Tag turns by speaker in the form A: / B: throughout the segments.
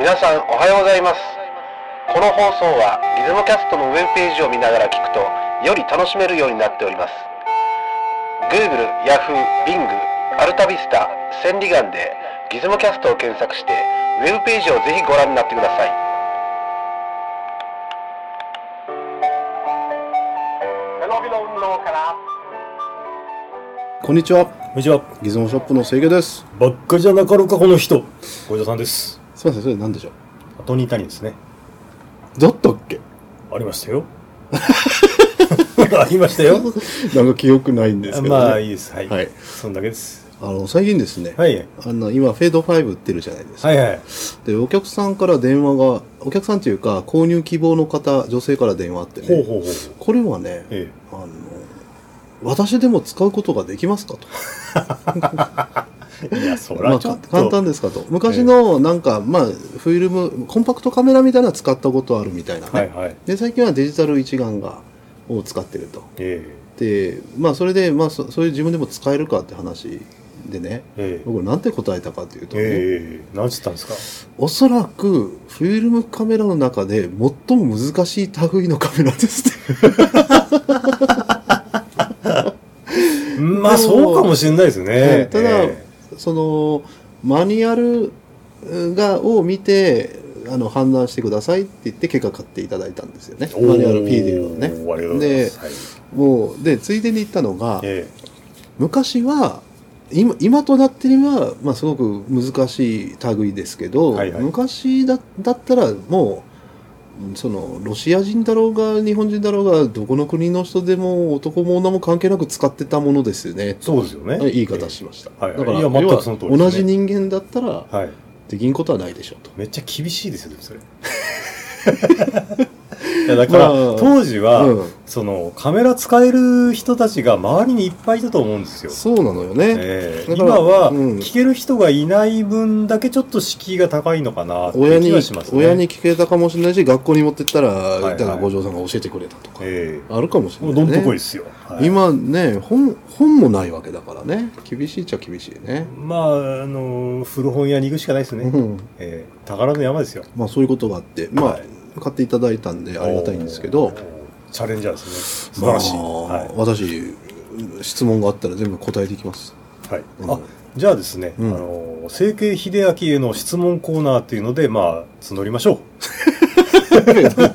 A: 皆さんおはようございますこの放送はリズムキャストのウェブページを見ながら聞くとより楽しめるようになっております Google、Yahoo、Bing、アルタビスタ、センリガンでギズムキャストを検索してウェブページをぜひご覧になってください
B: こんにちは。
C: こんにちは。
B: ギズモショップの清家です。
C: ばっかじゃなかろうか、この人。小枝さんです。
B: すみません、それ何でしょう。
C: 後にいたりですね。
B: だったっけ？
C: ありましたよ。 ありましたよ。
B: なんか記憶ないんですけど、ね。
C: まあいいです。はい。
B: はい
C: そんだけです。
B: あの最近ですね。
C: はい。
B: あの今フェード5売ってるじゃないですか。
C: はいはい。
B: でお客さんから電話がお客さんというか購入希望の方女性から電話あってね。
C: ほうほうほう。
B: これはね、
C: え
B: あの私でも使うことができますかと。
C: え。いや、そ
B: ま
C: ら
B: あ、
C: ちょ
B: か
C: っと。
B: 簡単ですかと。昔のなんか、まあフィルムコンパクトカメラみたいなの使ったことあるみたいなね。
C: はいはい。
B: で最近はデジタル一眼がを使ってると
C: え
B: でまあそれで、まあ、そそういう自分でも使えるかって話でね
C: え。ええ。
B: 僕なんて答えたかというと、ね
C: ええ。なんつったんです
B: おそらくフィルムカメラの中で最も難しい類のカメラですって
C: かまあ、そうかもしれないです
B: え
C: ね
B: え。 ただ
C: え
B: そのマニュアルうがを見てあの判断してくださいって言って結果買っていただいたんですよね
C: え、
B: マニュアル PD を
C: お
B: ね
C: ーありがとうございます。はい
B: もうでついでに言ったのが、
C: え
B: 昔は今今となっては、まあ、すごく難しい類ですけど、
C: はいはい
B: 昔だだったらもううんそのロシア人だろうが日本人だろうがどこの国の人でも男も女も関係なく使ってたものですよね
C: え。そうですよね。
B: 言い方しました、
C: はいはい
B: だから
C: いや全く
B: 要は
C: その通りですね
B: 同じ人間だったら
C: はい。
B: できんことはないでしょうと
C: めっちゃ厳しいですよ、でもそれ。 いやだから、
B: まあ
C: 当時は、
B: うん
C: そのカメラ使える人たちが周りにいっぱいいたと思うんですよ。
B: そうなのよね、
C: ええ
B: だから
C: 今は、
B: うん
C: 聞ける人がいない分だけちょっと敷居が高いのかなって
B: 親に
C: 気がしますね。
B: 親に聞けたかもしれないし学校に持ってったら、
C: はい
B: だから五条さんが教えてくれたとか、
C: ええ
B: あるかもしれ
C: も
B: な
C: う
B: い、
C: ど
B: ね、
C: んとこいですよ。はい
B: 今ね本本もないわけだからね厳しいっちゃ厳しいね、
C: まあ、あの、古本屋に行くしかないですね。
B: うん
C: ええ宝の山ですよ。
B: まあそういうことがあってまあ、
C: はい
B: 買っていただいたんでありがたいんですけど
C: おー。チャレンジャーですね。素晴らしい。
B: まあ
C: は
B: 私質問があったら全部答えていきます
C: い。はい。
B: うん
C: あ、じゃあですね、
B: うん
C: あの、整形秀明への質問コーナーっていうので、まあ、募りましょう。は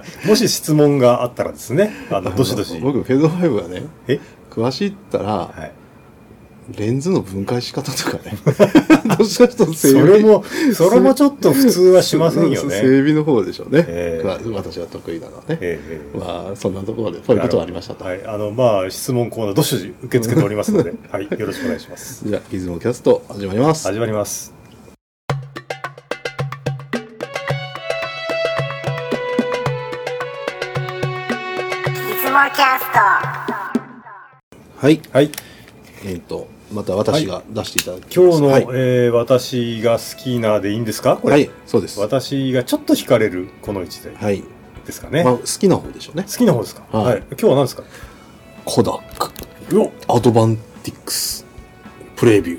C: い、もし質問があったらですね、あ の、どしどし。
B: 僕フェードファイブがね
C: え
B: 詳しいったら、
C: はい。
B: レンズの分解し方とか ねどうした人
C: それも、それもちょっと普通はしませ んよね。
B: 整
C: え
B: 備の方でしょうね、
C: ええ
B: 私は得意なのはね、
C: えええ
B: まあそんなところでこういうことがありましたと、
C: はい。あの、まあ、質問コーナー、どしどし受け付けております ので、はい。よろしくお願いします。
B: じゃあ「ギズモキャスト」始まります
C: 始まります。
B: はい
C: はい。
B: えっ、と、また私が出していただきます。
C: 今日の、
B: はい、
C: えー私が好きなでいいんですかこれ、
B: はいそうです。は
C: 私がちょっと惹かれる、この一台
B: い、
C: ですかね。
B: まあ。好きな方でしょうね
C: 好。きな方ですか、
B: は
C: はいい、今日は何ですか
B: コダック、
C: うお
B: アドバンティックス、プレビ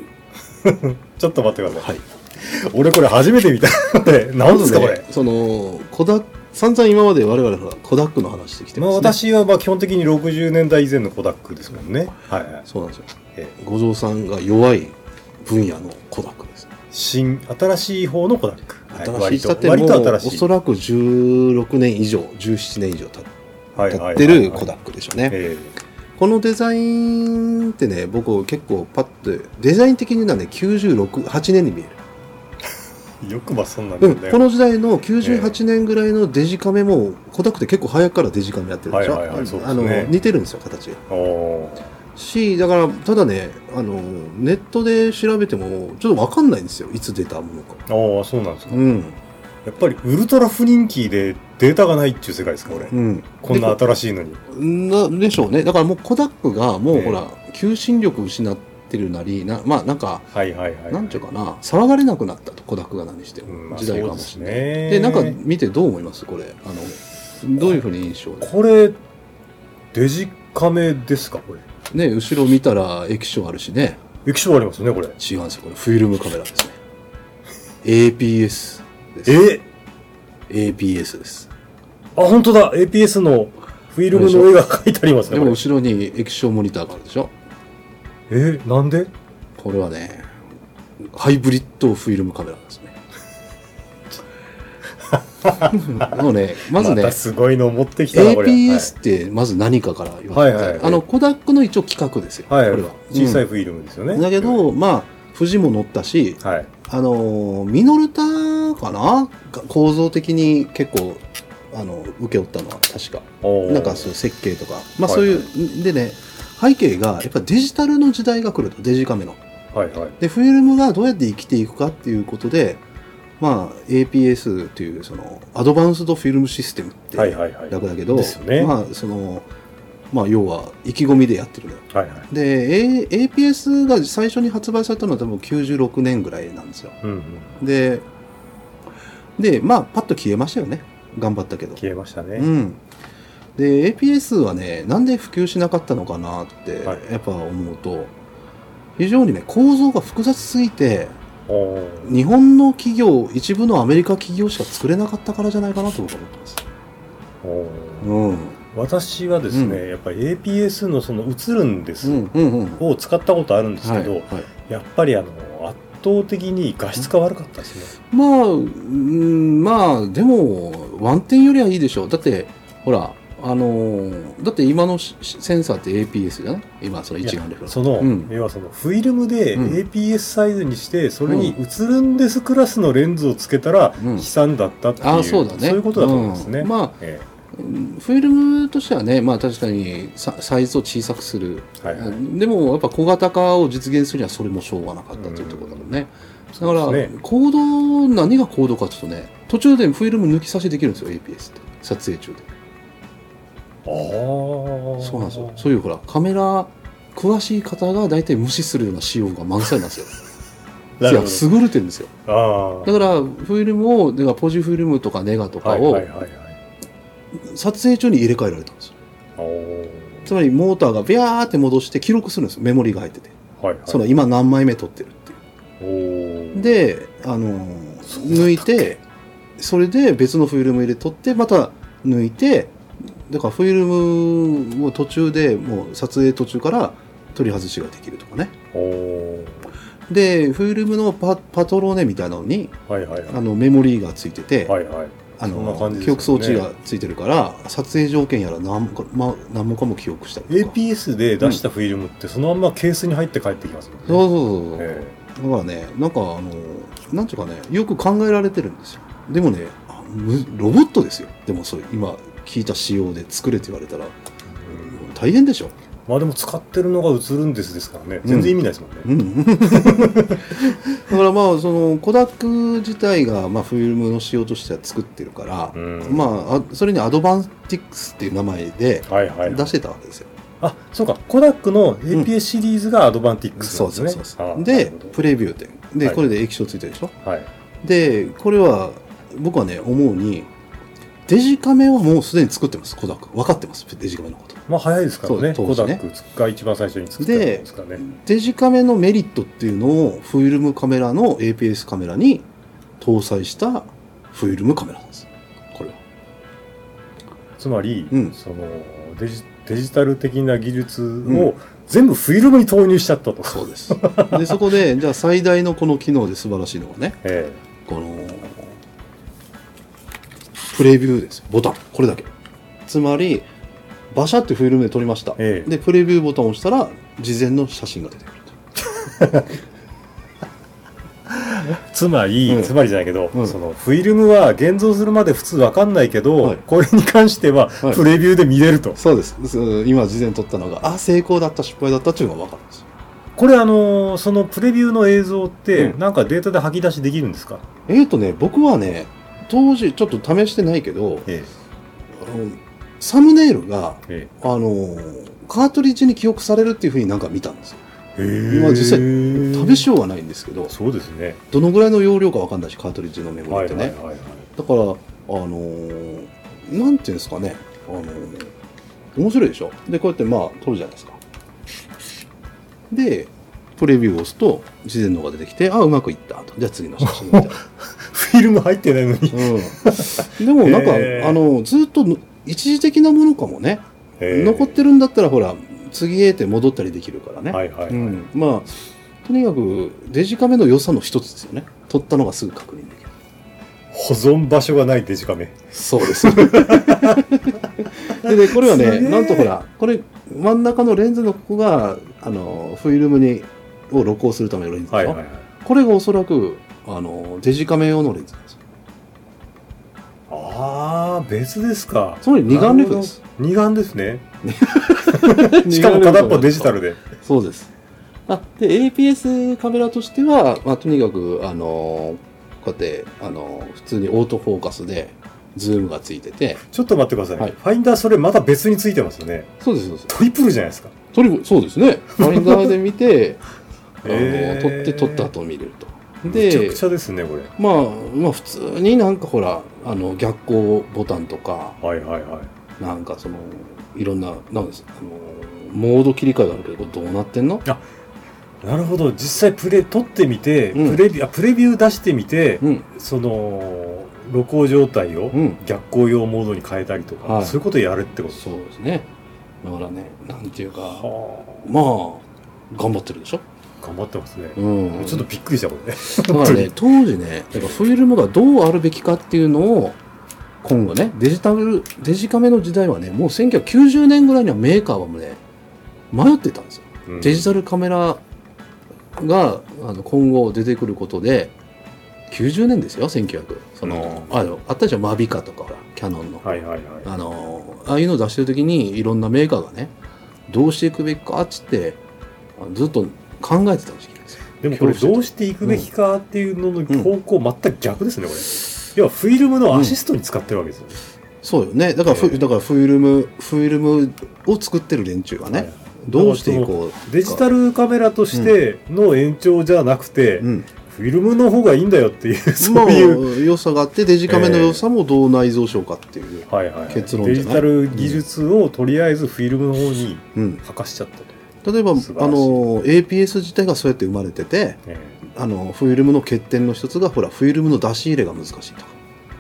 B: ュ
C: ちょっと待ってく
B: ー。
C: ださ。
B: はいい。
C: 俺これ初めて見た。これ、何ですかこ
B: まず
C: れ
B: ね。 その、コダック、散々今まで我々ほら、コダックの話してきて
C: ま
B: ま
C: あ、
B: すね。
C: 私はまあ基本的に60年代以前のコダックですもんね。はい、はい
B: そうなんですよ。
C: え
B: 五条さんが弱い分野のコダックです。
C: 新、新しい方のコダック。はい
B: 新しいしたっても、
C: 割と割と
B: お
C: 新しい。
B: そらく16年以上、17年以上経っ
C: は
B: 経ってるコダッ
C: ク。
B: クでしょうね。
C: え
B: このデザインってね僕結構パッとデザイン的にはね968年に見える、
C: えよくまあそんなん
B: で
C: だ
B: も
C: よ
B: こ
C: ね。
B: の時代の98年ぐらいのデジカメもコダックって結構早くからデジカメやってるでしょ、
C: はいはいはいそうです
B: あの
C: ね
B: 似てるんですよ形が
C: おー
B: しだからただねあのネットで調べてもちょっと分かんないんですよいつ出たものか
C: ああ、そうなんですか。
B: うん
C: やっぱりウルトラ不人気でデータがないっていう世界ですか、これ。
B: うん
C: こんな新しいのに。
B: なでしょうねだからもうコダックがもう
C: ええ
B: ほら求心力失ってるなりなまあなんか
C: はいはいはい。
B: なんていうかな騒がれなくなったとコダックが何して
C: う
B: も
C: ん、まあ
B: 時
C: そう
B: 代か
C: で
B: も
C: す
B: しれない
C: ね。
B: で、なんか見てどう思いますこれ。あの、どういうふうに印象で
C: これ、デジカメですか、これ。
B: ね、後ろ見たら液晶あるしね。
C: 液晶ありますね、これ。
B: 違うんですよ、これ。フィルムカメラですね。APS。です。
C: え
D: APS です。
C: あ、本当だ !APS のフィルムの絵が描いてありますね、
B: でも
C: これ。
B: 後ろに液晶モニターがあるでしょ
C: え、なんで
B: これはね、ハイブリッドフィルムカメラなん ですね。もうね、まずね、
C: たすごいの持ってきたな、これ。
B: APS ってまず何かから言われて、
C: はいはい
B: あの、コダックの一応企画ですよ、
C: はい。
B: こ
C: はい
B: れは。。
C: 小さ
B: い、
C: いフィルムですよね。
B: だけど、まあ、富士も乗ったし、
C: はい。
B: あのーミノルタかなが構造的に結構あの受け負ったのは確か
C: おー
B: なんかそういう設計とかまあ
C: はい
B: そういう、でね背景がやっぱデジタルの時代が来るとデジカメの
C: はいはい。
B: でフィルムがどうやって生きていくかっていうことでまあ APS というそのアドバンスドフィルムシステムって
C: はいはいはい。はい
B: 略だけど、
C: ですよね
B: まあそのまあ要は意気込みでやってるのよ
C: はい。
B: で、A、APS が最初に発売されたのは多分96年ぐらいなんですよ
C: うんうん。
B: で、で、まあ、パッと消えましたよね。頑張ったけど。
C: 消えました
B: う
C: ね。
B: ん。で、APS はね、なんで普及しなかったのかなって
C: はい、
B: やっぱ思うと、非常にね、構造が複雑すぎて、
C: おー
B: 日本の企業、一部のアメリカ企業しか作れなかったからじゃないかなと僕は思ってます。
C: おー
B: うん。
C: 私はです
B: う
C: ね、やっぱり APS のその映るんです
B: うん、うん、うん。
C: を使ったことあるんです
B: は
C: け
B: い、は
C: ど
B: い、
C: やっぱりあの、圧倒的に画質が悪かったですね。
B: まあ、うん、まあ、でも、ワンテンよりはいいでしょう。だって、ほら、あのーだって今のしセンサーって APS じゃない今、その一眼レフの。
C: その、
B: うん
C: 要はそのフィルムで
B: うん
C: APS サイズにして、それに映るんですクラスのレンズをつけたら、
B: うん
C: 悲惨だったっていう、
B: ああ、そうだね。
C: いうことだと思うんですね。
B: んまあ、
C: え
B: うんフィルムとしてはね、まあ確かにササイズを小さくする。
C: えはいはい。
B: でも、やっぱ小型化を実現するにはそれもしょうがなかったというところだもんね。だか
C: そうで
B: ら
C: すね、
B: 行動、何が行動かちょっとね、途中でフィルム抜き差しできるんですよ、APS って。撮影中で。
C: ああ。
B: そうなんですよ。そういうほら、カメラ、詳しい方が大体無視するような仕様が満載なんですよ。
C: ないる
B: や、
C: ほど。
B: 優れてるんですよ。
C: あ
B: だから、フィルムを、だからポジフィルムとかネガと
C: あ。
B: か
C: はいは
B: を
C: いはいはい。
B: 撮影中に入れ替えられたんですよ。
C: おー
B: つまり、モーターがビャーって戻して記録するんですよ。メモリが入ってて。
C: はいはい。
B: その、今何枚目撮ってるっていう。
C: おー、
B: で、あのー抜いて、それで別のフィルム入れ撮って、また抜いて、だからフィルムを途中で、もう撮影途中から取り外しができるとかね。
C: おー
B: で、フィルムのパパトローネみたいなのに、
C: はいはいは
B: あのメモリーがついてて、
C: い。はいはい。
B: あ
C: そんな
B: の
C: 感じですよね
B: 記憶装置がついてるから、撮影条件やら何もか,、ま、何もかも記憶したりとか。
C: APS で出したフィルムって、そのまんまケースに入って帰ってきますもんね。
B: そうそうそうそう。
C: え
B: だからね、なんかあの、なんていうかね、よく考えられてるんですよ。でもね、あむロボットですよ。でもそう、今聞いた仕様で作れって言われたら、
C: えうん
B: 大変でしょ。
C: まあでも使ってるのが映るんですですからね。全然意味ないですもんね。
B: うん。だからまあ、その、コダック自体が、まあ、フィルムの仕様としては作ってるから、
C: うん
B: まああ、それにアドバンティックスっていう名前で
C: はいはい。
B: 出してたわけですよ。
C: あ、そうか。コダックの APS シリーズがアドバンティックスなんですね。あな
B: で
C: るほ、
B: プレビュー点。で、
C: はい
B: これで液晶ついてるでしょ。
C: どはい。
B: で、これは、僕はね、思うに、デジカメはもうすでに作ってます、コダック。分かってます、デジカメのこと。
C: まあ早いですからね。
B: そう
C: コ
B: 当時
C: ダ
B: ね
C: ックが一番最初に作ったんですからね。
B: デジカメのメリットっていうのを、フィルムカメラの APS カメラに搭載したフィルムカメラなんです。これは。
C: つまり、
B: うん
C: そのデジデジタル的な技術
B: ん
C: を全部フィルムに投入しちゃったと。
B: そう です。で、そこで、じゃあ最大のこの機能で素晴らしいのがね、
C: え
B: この、プレビューですよ。ボタン。これだけ。つまり、バシャってフィルムで撮りました。
C: ええ
B: で、プレビューボタンを押したら、事前の写真が出てくると。
C: えつまり、
B: うん
C: つまりじゃないけど、
B: うん
C: そのフィルムは現像するまで普通わかんないけど、
B: はい
C: これに関しては
B: はい
C: プレビューで見れると。
B: そうですそう今事前撮ったのがあ成功だった失敗だったっていうのが分かるんですよ
C: これあのーそのプレビューの映像って、
B: うん
C: なんかデータで吐き出しできるんですか、
B: えっ、とね僕はね当時ちょっと試してないけど
C: え
B: あのサムネイルが
C: ええ
B: あのカートリッジに記憶されるっていうふうになんか見たんですよ
C: え
B: まあ実際
C: 際
B: 試しようがないんですけど
C: そうですね。
B: どのぐらいの容量か分かんないしカートリッジのメモ
C: は
B: リ
C: い
B: って
C: は
B: ね、
C: いはいはい。
B: だからあのなんていうんですかねあの面白いでしょでこうやってまあ撮るじゃないですかでプレビューを押すと自然のが出てきてあうまくいったとじゃあ次の写真みたい な、
C: フィルム入ってないのに。
B: うん、でもなんか、
C: へー
B: あのずっとの一時的なものかもね
C: へー
B: 残ってるんだったらほら次へって戻ったりできるからね、
C: はいはい。
B: うん、まあとにかくデジカメの良さの一つですよね撮ったのがすぐ確認できる
C: 保存場所がないデジカメ。
B: そうです ででこれはね
C: すげえ
B: なんとほらこれ真ん中のレンズのここがあのフィルムにを録音するためのレンズでしょ、
C: はいはいはい。
B: これがおそらくあのデジカメ用のレンズなんですよ
C: あー、別ですか。
B: つまり二眼レフです
C: なるほど。二眼ですね。しかも片っぽデジタルで。
B: そうです。あで、APS カメラとしては、まあ、とにかく、あのーこうやって、あのー普通にオートフォーカスで、ズームがついてて、
C: ちょっと待ってください。
B: はい
C: ファインダーそれまた別についてますよね。
B: そうです、そうです。
C: トリプルじゃないですか。
B: トリブそうですね。ファインダーで見 て、あの
C: へ
B: ー
C: ー
B: 撮って、撮った後見れると。
C: めちゃ
B: で
C: く、ちゃですね、これ。
B: まあ、まあ、普通になんかほら、あの、逆光ボタンとか、
C: はいはいはい。
B: なんかその、いろんな、なんです、あのーモード切り替えがあるけど、これどうなってんの
C: なるほど実際プレ撮ってみて、
B: うん
C: プレビューあプレビュー出してみて、
B: うん、
C: その録音状態を
B: うん。
C: 逆光用モードに変えたりとか、
B: はい
C: そういうことやるってことです
B: そうですね。だからね、なんていうか、
C: は
B: まあ、頑張ってるでしょ。
C: あ頑張ってますね、
B: うん。
C: ちょっとびっくりしたこれね
B: だからね、当時ね、やっぱフィルムがどうあるべきかっていうのを、今後ね、デジタル、デジカメの時代はね、もう1990年ぐらいにはメーカーはもうね、迷ってたんですよ。
C: うん
B: デジタルカメラがあの今後出てくることで、90年ですよ、1900。その、
C: うん
B: あのあったじゃん、マビカとか、ほらキャノンの。
C: はいはいはい
B: あのああいうのを出してる時にいろんなメーカーがねどうしていくべきかっつってあのずっと考えてた時期なんですよ。
C: でもこれどうしていくべきかっていうのの方向全く逆ですねこれ要はフィルムのアシストに使ってるわけですよね、
B: そうよねだからフ,、
C: ええ
B: だからフィルムフィルムを作ってる連中がね、
C: はい
B: どうしていこうか
C: デジタルカメラとしての延長じゃなくて、
B: うん、
C: フィルムの方がいいんだよっていう
B: ま
C: そう
B: あ
C: いう
B: 良さがあってデジカメの良さもどう内蔵しようかっていう、
C: はいはいはい、
B: 結論じゃな
C: デ
B: い
C: ジタル技術をとりあえずフィルムの方に
B: うん、
C: 吐かしちゃったと、
B: 例えばあの
C: 素晴らしい
B: APS 自体がそうやって生まれてて
C: え
B: あのフィルムの欠点の一つがほらフィルムの出し入れが難しいとか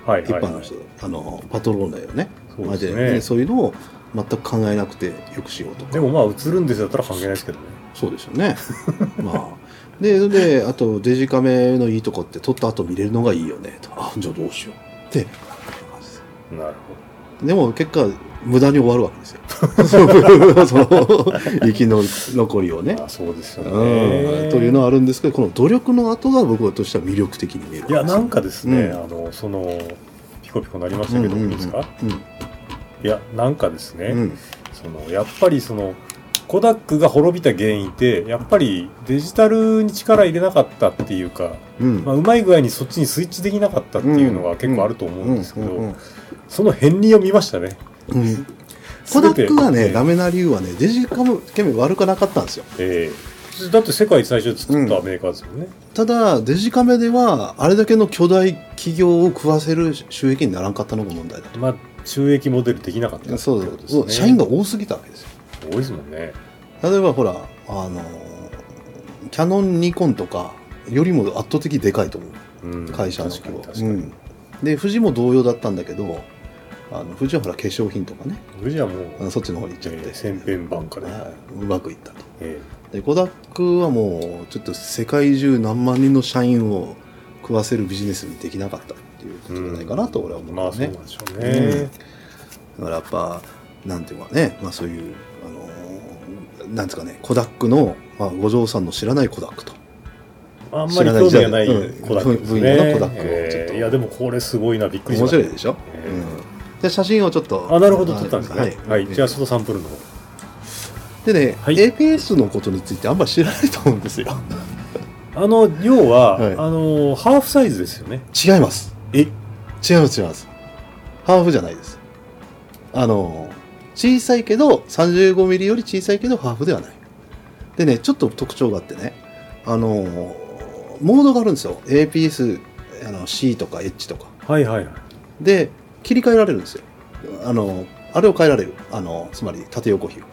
C: えはい
B: 一
C: はい、
B: 般
C: は
B: の
C: い、
B: 人、あのパトロールだよね
C: そう
B: まで
C: で
B: すね
C: ね
B: そういうのを全く考えなくてよくしようと
C: で
B: か
C: もまあ映るんですだったら関係ないですけどね
B: そうですよね まあでであとデジカメのいいとこって撮った後見れるのがいいよねとあじゃあどうしようって
C: なる
B: でも結果無駄に終わるわけですよ そうその 生きの残りをね
C: ほどあそうですよ
B: う
C: ね
B: んというのはあるんですけどこの努力の後が僕としては魅力的に見える
C: いやなんかですね、
B: うん
C: あのそのピコピコなりましたけど、
B: うんうんうん
C: いいですか
B: うん
C: いやなんかですね、
B: うん
C: そのやっぱりそのコダックが滅びた原因ってやっぱりデジタルに力入れなかったっていうか、
B: うん
C: まあ、うまい具合にそっちにスイッチできなかったっていうのが結構あると思うんですけど、
B: うんうんうん
C: その片鱗を見ましたね
B: うんコダックが
C: 全
B: ね、
C: て
B: ダメな理由はね、デジカムケメ悪くなかったんですよ。
C: ええだって世界最初に作ったメーカーですよね、
B: ただ、デジカメでは、あれだけの巨大企業を食わせる収益にならんかったのが問題だと。
C: まあ収益モデルできなかったって
B: そ
C: こ
B: う
C: とです
B: そう、
C: ね
B: 社員が多すぎたわけですよ。
C: 多いですもんね
B: 例えば、ほら、あの、キャノン、ニコンとかよりも圧倒的でかいと思う。
C: うん
B: 会社の
C: 確かに確か
B: う
C: に
B: んで、富士も同様だったんだけど、あの富士はほら、化粧品とかね、
C: 富士はもう、
B: あのそっちの方に行っちゃっ
C: え
B: て、
C: え千変万化で、
B: はい、うまくいったと。
C: え
B: でコダックはもうちょっと世界中何万人の社員を食わせるビジネスにできなかったっていうこと
C: え
B: じゃないかなと俺は
C: ま
B: 思
C: あ
B: う
C: そうなん
B: ね、
C: でしょうね、
B: だからやっぱなんていうかね、まあ、そういう、あのーなんですかねコダックの、まあ、ご嬢さんの知らないコダックと
C: あんまり興味がない
B: 知らない時代
C: コダックですね、
B: うん分野のコダックを
C: え
B: ちょっと
C: えいやでもこれすごいなびっくりし
B: 面
C: ました
B: 白いでしょ、
C: え
B: うん、で写真をちょっと
C: あなるほど撮ったんですね
B: は
C: はいい、じゃあそのサンプルの方
B: でね、
C: はい
B: APS のことについてあんまり知らないと思うんですよ
C: あの要は、
B: はい
C: あのハーフサイズですよね
B: 違います
C: え
B: 違います違いますハーフじゃないですあの小さいけど 35mm より小さいけどハーフではないでねちょっと特徴があってねあのモードがあるんですよ APS あの C とか H とか
C: はいはいはい
B: で切り替えられるんですよあのあれを変えられるあのつまり縦横比を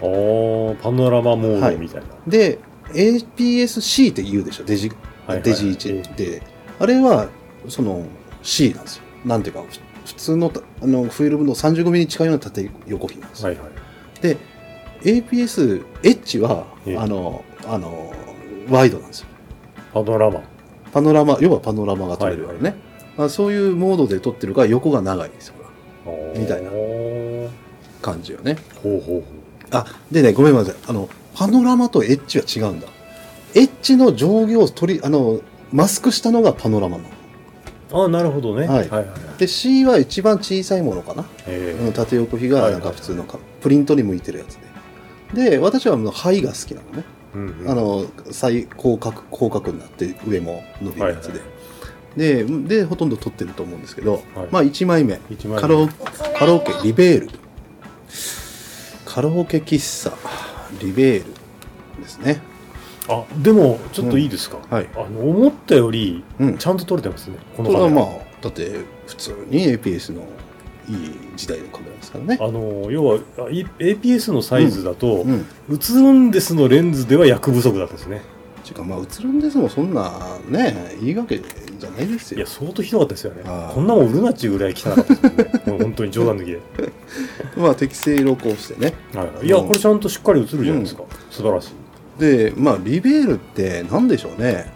C: あーパノラマモードみたいな、
B: で APS-C って言うでしょデジ、
C: はいはい
B: デジ1で、あれはその C なんですよなんていうかふ普通のたあのフィルムの 35mm に近いような縦横比なんですよ、
C: はいはい。
B: で APS-H は
C: ええ
B: あのあのワイドなんですよ
C: パノラマ。
B: パノラマ要はパノラマが撮れるからね、あそういうモードで撮ってるから横が長いんですよみたいな
C: ほ
B: 感じよね
C: うほうほう。
B: あでねごめんなさいあのパノラマとエッジは違うんだエッジの上下を取りあのマスクしたのがパノラマなの
C: ああ、なるほどね。
B: はい
C: はいはい。
B: で C は一番小さいものかな、
C: え
B: うん縦横比がなんか普通のかプリントに向いてるやつでで私はあの肺が好きなのね、
C: えうんうん
B: あの最高角広角になって上も伸びるやつ
C: はい
B: で
C: は、
B: ででほとんど撮ってると思うんですけど、
C: はい
B: まあ1枚目
C: 一枚目
B: カラオカラオケリベールカラオケ喫茶リベールですね
C: あでもちょっといいですか、
B: んはい
C: あの思ったより
B: うん
C: ちゃんと撮れてますね、
B: こ
C: この
B: れ
C: カ
B: は
C: メ
B: ま
C: ラ、
B: あだって普通に APS のいい時代のカメラですからね
C: あ、の要はあい APS のサイズだと、
B: うん、
C: 写るんですのレンズでは役不足だったんですね
B: ていうかまあ映るんですもんそんなねいいわけじゃないです
C: い
B: よ
C: や相当ひどかったですよね
B: あー
C: こんなもん売るなっちゅうぐらい汚かったですもんねもう本当に冗談抜きで、
B: まあ適正露光してね
C: はい、いや
B: うん
C: これちゃんとしっかり写るじゃないですか、素晴らしい
B: でまあリベールって何でしょうね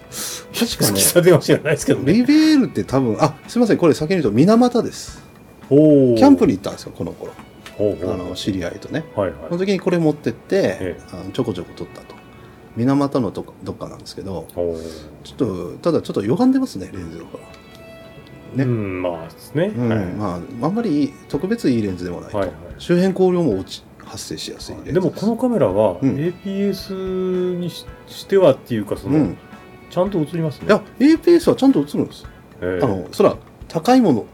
B: 確かね
C: 喫茶店は知らないですけどね
B: リベールって多分あすみませんこれ先に言うと水俣です
C: お
B: キャンプ
C: に
B: に行ったんですよこの頃
C: ほうほう
B: あの知り合いとね
C: はい
B: その
C: はい
B: 時にこれ持ってって
C: ええ
B: あのちょこちょこ撮ったと水俣のどっかどっかなんですけど
C: おー
B: ちょっとただちょっと歪んでますねレンズの方がね
C: うんまあですね、
B: うん、
C: はい
B: まああんまりいい特別いいレンズでもないと、
C: はいはい
B: 周辺光量も落ち発生しやすいレンズ
C: でもこのカメラは
B: うん
C: APS にししてはっていうかその、
B: うん
C: ちゃんと映りますね
B: いや APS はちゃんと映るんです、
C: えー
B: あのそら高いもの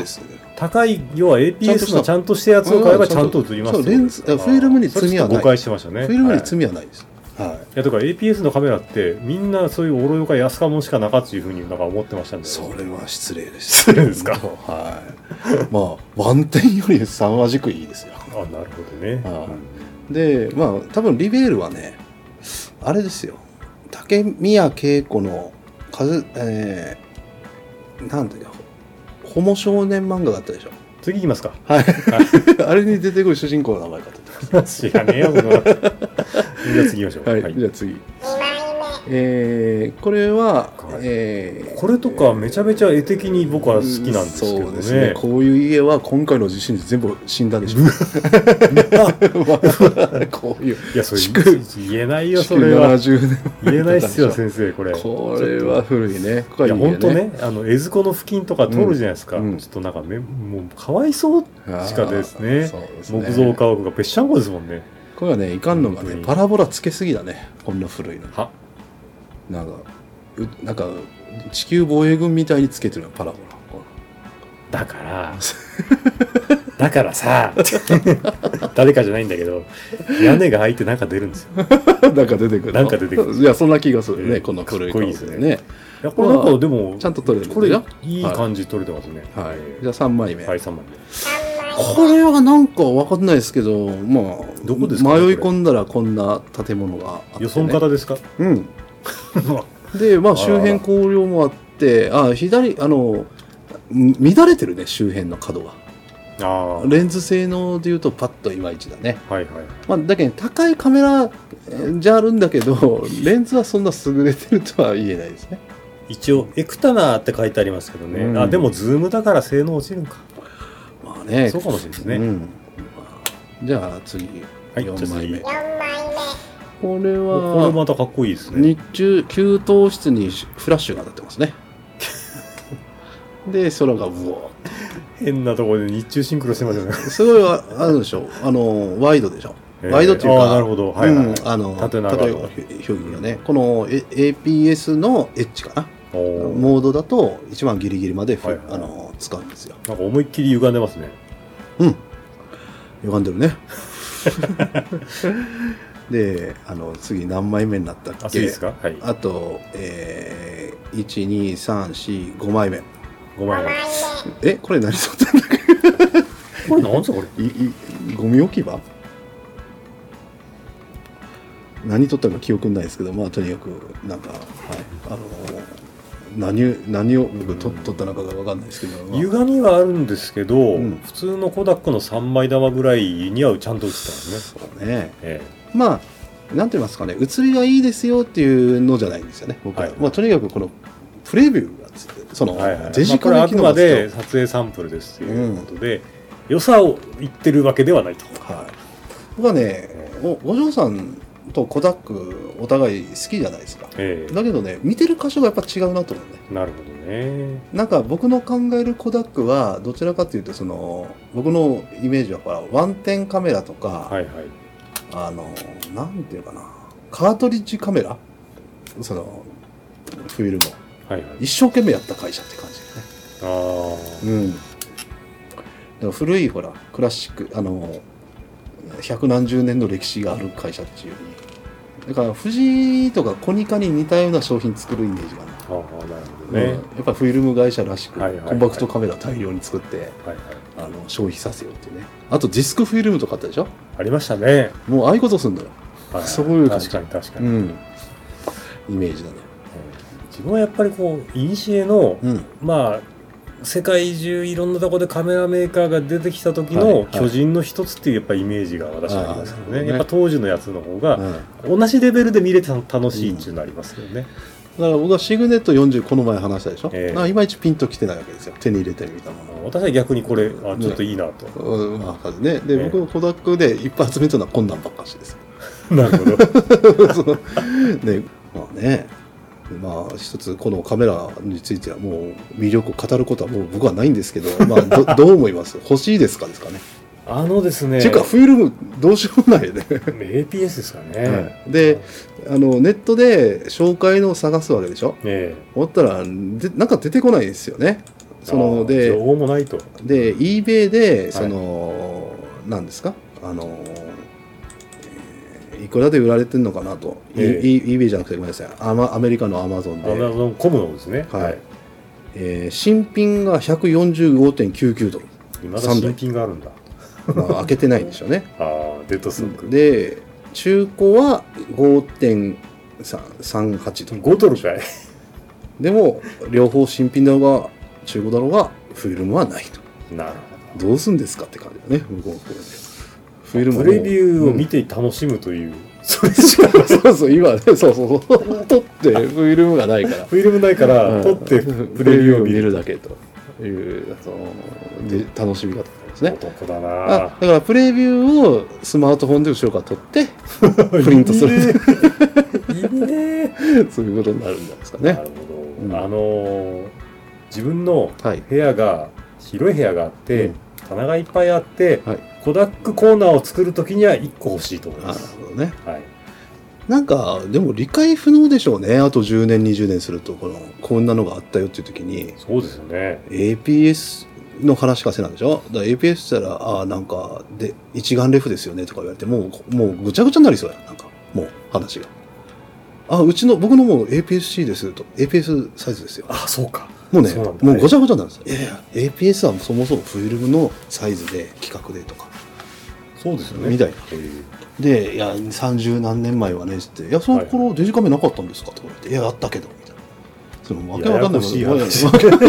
B: です、ね、
C: 高い要は
B: ちゃんと
C: APS
B: した
C: のちゃんとしたやつを買えばちゃんと映ります
B: そうレンズあフィルムに罪はない
C: それちょっと誤解してましたね
B: フィルムに
C: はい
B: 罪はないです、はい
C: いやだから APS のカメラってみんなそういうおろよか安かもんしかなかっていうふうになんか思ってましたんで
B: それは失礼です
C: 失 礼ですか
B: はいまあワンテンより3はじくいいですよ
C: あなるほどね
B: はいでまあ多分リベールはねあれですよ竹宮恵子の風えー、なんていうかホモ少年漫画があったでしょ
C: 次いきますか
B: あれに出てくる主人公の名前かと
C: 知らねえよそんなじゃあ次行きましょう、
B: はい、
C: はい
B: じゃあ次えー、これは、えー
C: これとかめちゃめちゃ絵的に僕は好きなんですけどね
B: そうですねこういう家は今回の地震で全部死んだでしょ こういう
C: いや それ
B: 築
C: 言えないよそ
B: 築
C: れは
B: 70年
C: 言えないっ すよ先生これ
B: これは古いねこ
C: い
B: れ
C: や
B: はいい家
C: 本当ねあの絵子の付近とか通るじゃないですか、
B: うんうん
C: ちょっとなんかめもうかわいそうしかですね
B: あーそうですね
C: 木造家屋がぺっしゃんこですもんね
B: これはねいかんのが
C: 本当
B: ね
C: に
B: パラボラつけすぎだねこんな古いの
C: は
B: なんかうなんか地球防衛軍みたいにつけてるのパラボ ラこ
C: だから だからさ 誰かじゃないんだけど屋根が開いてなんか出るんですよ
B: うなんか出てくる
C: なんか出てくる
B: いやそんな気がするね、
C: ええ
B: この古い
C: かっこいいですねいやこれ
B: ま
C: な
B: あ
C: んかでも
B: ちゃんと撮れるん
C: こ
B: です
C: れ
B: よ
C: いい感じ撮れてますね
B: はい
C: え
B: じゃあ3枚目、
C: ーはい3枚目
B: これはなんか分かんないですけどまあ
C: どこですか
B: 迷い込んだらこんな建物があって、ね、
C: 予算型ですか
B: うん でまあ
C: あら
B: 周辺光量もあってあ左あのん乱れてるね周辺の角が
C: ああはい
B: レンズ性能でいうとパッといまいちだね、
C: はい
B: まあ、だけど高いカメラえーじゃあるんだけ どレンズはそんな優れてるとは言えないですね
C: 一応エクタナーって書いてありますけどね、
B: うん
C: あでもズームだから性能落ちるんか
B: まあね
C: そうかもしれないですね、
B: うんまあじゃあ次、
C: はい
B: 4
C: じゃあ
B: 枚
C: 次
B: 目これ
C: おこれ
B: は
C: またかっこいいですね。
B: 日中給湯室にフラッシュが当たって ますねで空がブオー
C: 変なところで日中シンクロしてますよね。
B: すごいああるでしょあのワイドでしょ ワイドっていう
C: えー
B: か、
C: あーなるほど。はいはい、はい
B: うん、あの
C: 縦長の
B: 例えば表現がねこのえ APS のエッジかな
C: おー
B: モードだと一番ギリギリまでふ、
C: はいはい
B: あの使うんですよ
C: なんか思いっきり歪んでますね。
B: うん歪んでる ねであの次何枚目になったっけ
C: あ、そうですかはい。
B: あとえー、12345枚目
C: ご枚目。
B: えこれ何撮ったんだっ
C: これなんすかこれ。
B: けいいゴミ置き場う何撮ったか記憶にないですけどまあとにかくなんか、はい、あの何何を僕撮撮ったのかが分かんないですけど、まあ
C: 歪みはあるんですけど、
B: うん
C: 普通のコダックの3枚玉ぐらいにはちゃんと映ってますね。
B: そうね
C: え
B: まあなんて言いますかね映りがいいですよっていうのじゃないんですよね僕は、
C: はい
B: まあ、とにかくこのプレビューがついてそ
C: え
B: の、
C: はいはい
B: デジカメ
C: まあ
B: 機
C: これ
B: 能
C: はあ
B: が
C: くま
B: ついて
C: で撮影サンプルですということで、良さを言ってるわけではないと。
B: はい、僕はねおお嬢さんとコダックお互い好きじゃないですか
C: ええ
B: だけどね見てる箇所がやっぱ違うなと思うね
C: なるほどね。
B: なんか僕の考えるコダックはどちらかというとその僕のイメージはほらワンテンカメラとか、
C: はいはい。
B: あのなんていうかなカートリッジカメラそのフィルムを
C: はいはい。
B: 一生懸命やった会社って感じだね
C: あ
B: う
C: あ。
B: ん、だから古いほらクラシックあの百何十年の歴史がある会社っていうだから富士とかコニカに似たような商品作るイメージがある、
C: ああ、なるほど
B: う
C: ね。
B: んやっぱフィルム会社らしく、
C: はいはいはい
B: コンパクトカメラ大量に作って
C: はいはい。
B: あの消費させようっていうねあとディスクフィルムとかあったでしょ
C: ありましたね。
B: もうああいうことすんだよ、
C: はい
B: そういう感じ
C: 確かに確か
B: う
C: に。え
B: ん、イメージだね
C: え自分はやっぱりこう、いにしえの、
B: うん
C: まあ、世界中いろんなところでカメラメーカーが出てきた時
B: はいは
C: の
B: い
C: 巨人の一つっていうやっぱイメージが私はありますよ
B: ああなるほど
C: ね。
B: ね
C: やっぱ当時のやつの方が
B: うんだか
C: 同じレベルで見れて楽しいっていうのありますよね。
B: ら僕はシグネット40この前話したでしょ、
C: ええ
B: だからいまいちピンときてないわけですよ手に入れてみたものを
C: 私は逆にこれ、あ、ちょっといいな と。
B: うんまあね、で、
C: ええ
B: 僕のコダックでいっぱい集めてたのはこんなんばっかしですよ。
C: なるほど。
B: そのね、まあね、まあ一つこのカメラについてはもう魅力を語ることはもう僕はないんですけど、まあどどう思います欲しいですかですかね。
C: あのですね、
B: ていうかフィルムどうしようもないよね。
C: APS ですかね。
B: で、あのネットで紹介のを探すわけでしょ。
C: ええ
B: 思ったらでなんか出てこないですよね。そ
C: ああ
B: ので
C: 情報もないと。
B: で eBay でその、なんですかあの、えーいくらで売られてるのかなと、い
C: ええ
B: い eBay じゃなくてごめんなさいアマアメリカのアマゾン
C: ア
B: で、
C: マゾンコムのですね。
B: はいえー新品が145.99ドル、
C: いまだ新品があるんだ。
B: まあ、開けてないんでしょうね
C: ああ、デッドストック。
B: で中古は5.38ドル
C: 5ドルかい。
B: でも両方新品だろうが中古だろうがフィルムはないと
C: なる
B: どうすんですかって感じだね向こうはフィル
C: ほ
B: ム
C: ど。
B: はも
C: プ
B: う
C: レビューを
B: うん
C: 見て楽しむという。それ
B: そうそう、今ね、そうそうそう、撮って、フィルムがないから。
C: フィルムないか
B: う
C: ら、
B: ん
C: 撮ってプレビューを見る。
B: だけという、その、で楽しみ方ですね。
C: 男だ
B: あ
C: な
B: だからプレビューをスマートフォンで後ろから撮って、プリントする
C: いいね。いいね。
B: そういうことになるんじゃないですかね。
C: なるほど。
B: ん
C: あのー、自分の
B: はい。
C: 部屋が、広い部屋があって、
B: うん
C: 棚がいっぱいあって、
B: はい
C: コダックコーナーを作るときには1個欲しいと思い
B: な
C: ま
B: る
C: す。
B: ほどね。
C: はい。
B: なんか、でも理解不能でしょうね。あと10年、20年すると、この、こんなのがあったよっていう時に、
C: そうですよね。
B: APS の話しかせなんでしょだから APS したら、ああ、なんか、で、一眼レフですよねとか言われて、もう、もうぐちゃぐちゃになりそうや。なんか、もう、話が。あ、うちの、僕のもう APS-C ですと、APS サイズですよ。
C: あ、そうか。
B: もうね、
C: そうなんだ
B: もうごちゃごちゃになるんですよ。いやいや、APS はそもそもフィルムのサイズで、規格でとか。
C: そうですよね。
B: みたいな
C: えー
B: で、いや、三十何年前はね、つって、いや、その頃デジカメなかったんですかとか言って、いや、あったけど、みたいな。その、わけわかんない
C: ややこし い話
B: わけわかん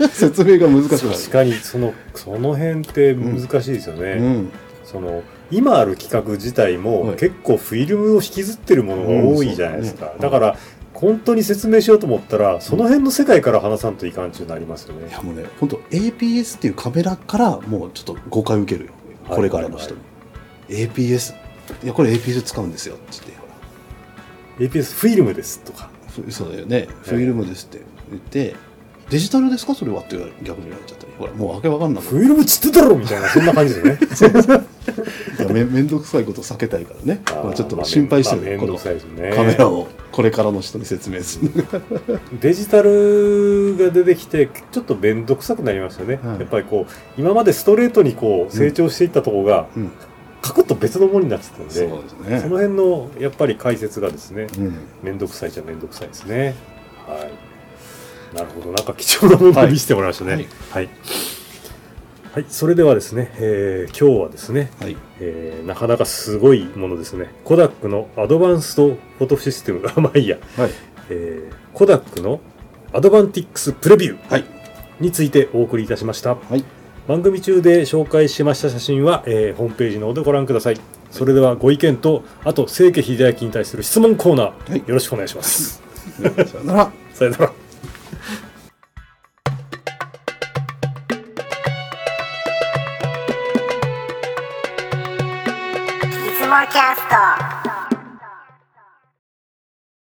B: ない説明が難しくなる。
C: 確かにそのその辺って難しいですよね、
B: うん。
C: その今ある企画自体
B: は
C: も
B: い
C: 結構フィルムを引きずってるものが多いじゃないですか、
B: うんそう
C: だから本当に説明しようと思ったらその辺の世界から話さんといかんちゅうになりますよ
B: い
C: ね
B: やもうね、本当 APS っていうカメラからもうちょっと誤解を受けるよ、
C: はい
B: これからの人に。APS、いや、これ APS 使うんですよって言ってほ
C: APS フィルムですとから
B: ふ、そうだよね、フィルムですって言って、デジタルですか、それはって言われ逆に言われちゃったり、ほら、もうわけわかんなく
C: フィルム散ってたろみたいなそんな感じでね
B: いやめめんどくさいこと避けたいからね、
C: ー
B: まあ、ちょっと心配して
C: まあめ
B: る、
C: ん
B: こ
C: ど
B: の
C: くさいですね
B: カメラをこれからの人に説明するのが。
C: デジタルが出てきてちょっと面倒くさくなりましたね、
B: はい
C: やっぱりこう今までストレートにこう成長していったところが、
B: うん
C: カクッと別のものになってたんで
B: そ
C: そう
B: です
C: の
B: ね。
C: 辺のやっぱり解説がですね
B: うん
C: 面倒くさいじゃ面倒くさいですねはいなるほどなんか貴重なものを見せてもらいましたね
B: はい
C: はい、はい、それではですね、えー今日はですね、
B: はい。
C: えーなかなかすごいものですね、コダックのアドバンストフォトシステム、 あまあいいや、
B: はい。
C: えーコダックのアドバンティックスプレビュー
B: はい。
C: についてお送りいたしました。
B: はい。
C: 番組中で紹介しました写真は、えーホームページの方でご覧ください。それではご意見と、あと、清家秀明に対する質問コーナー、
B: はい
C: よろしくお願いします。
B: さよなら。
C: さよなら。
E: いつもキャスト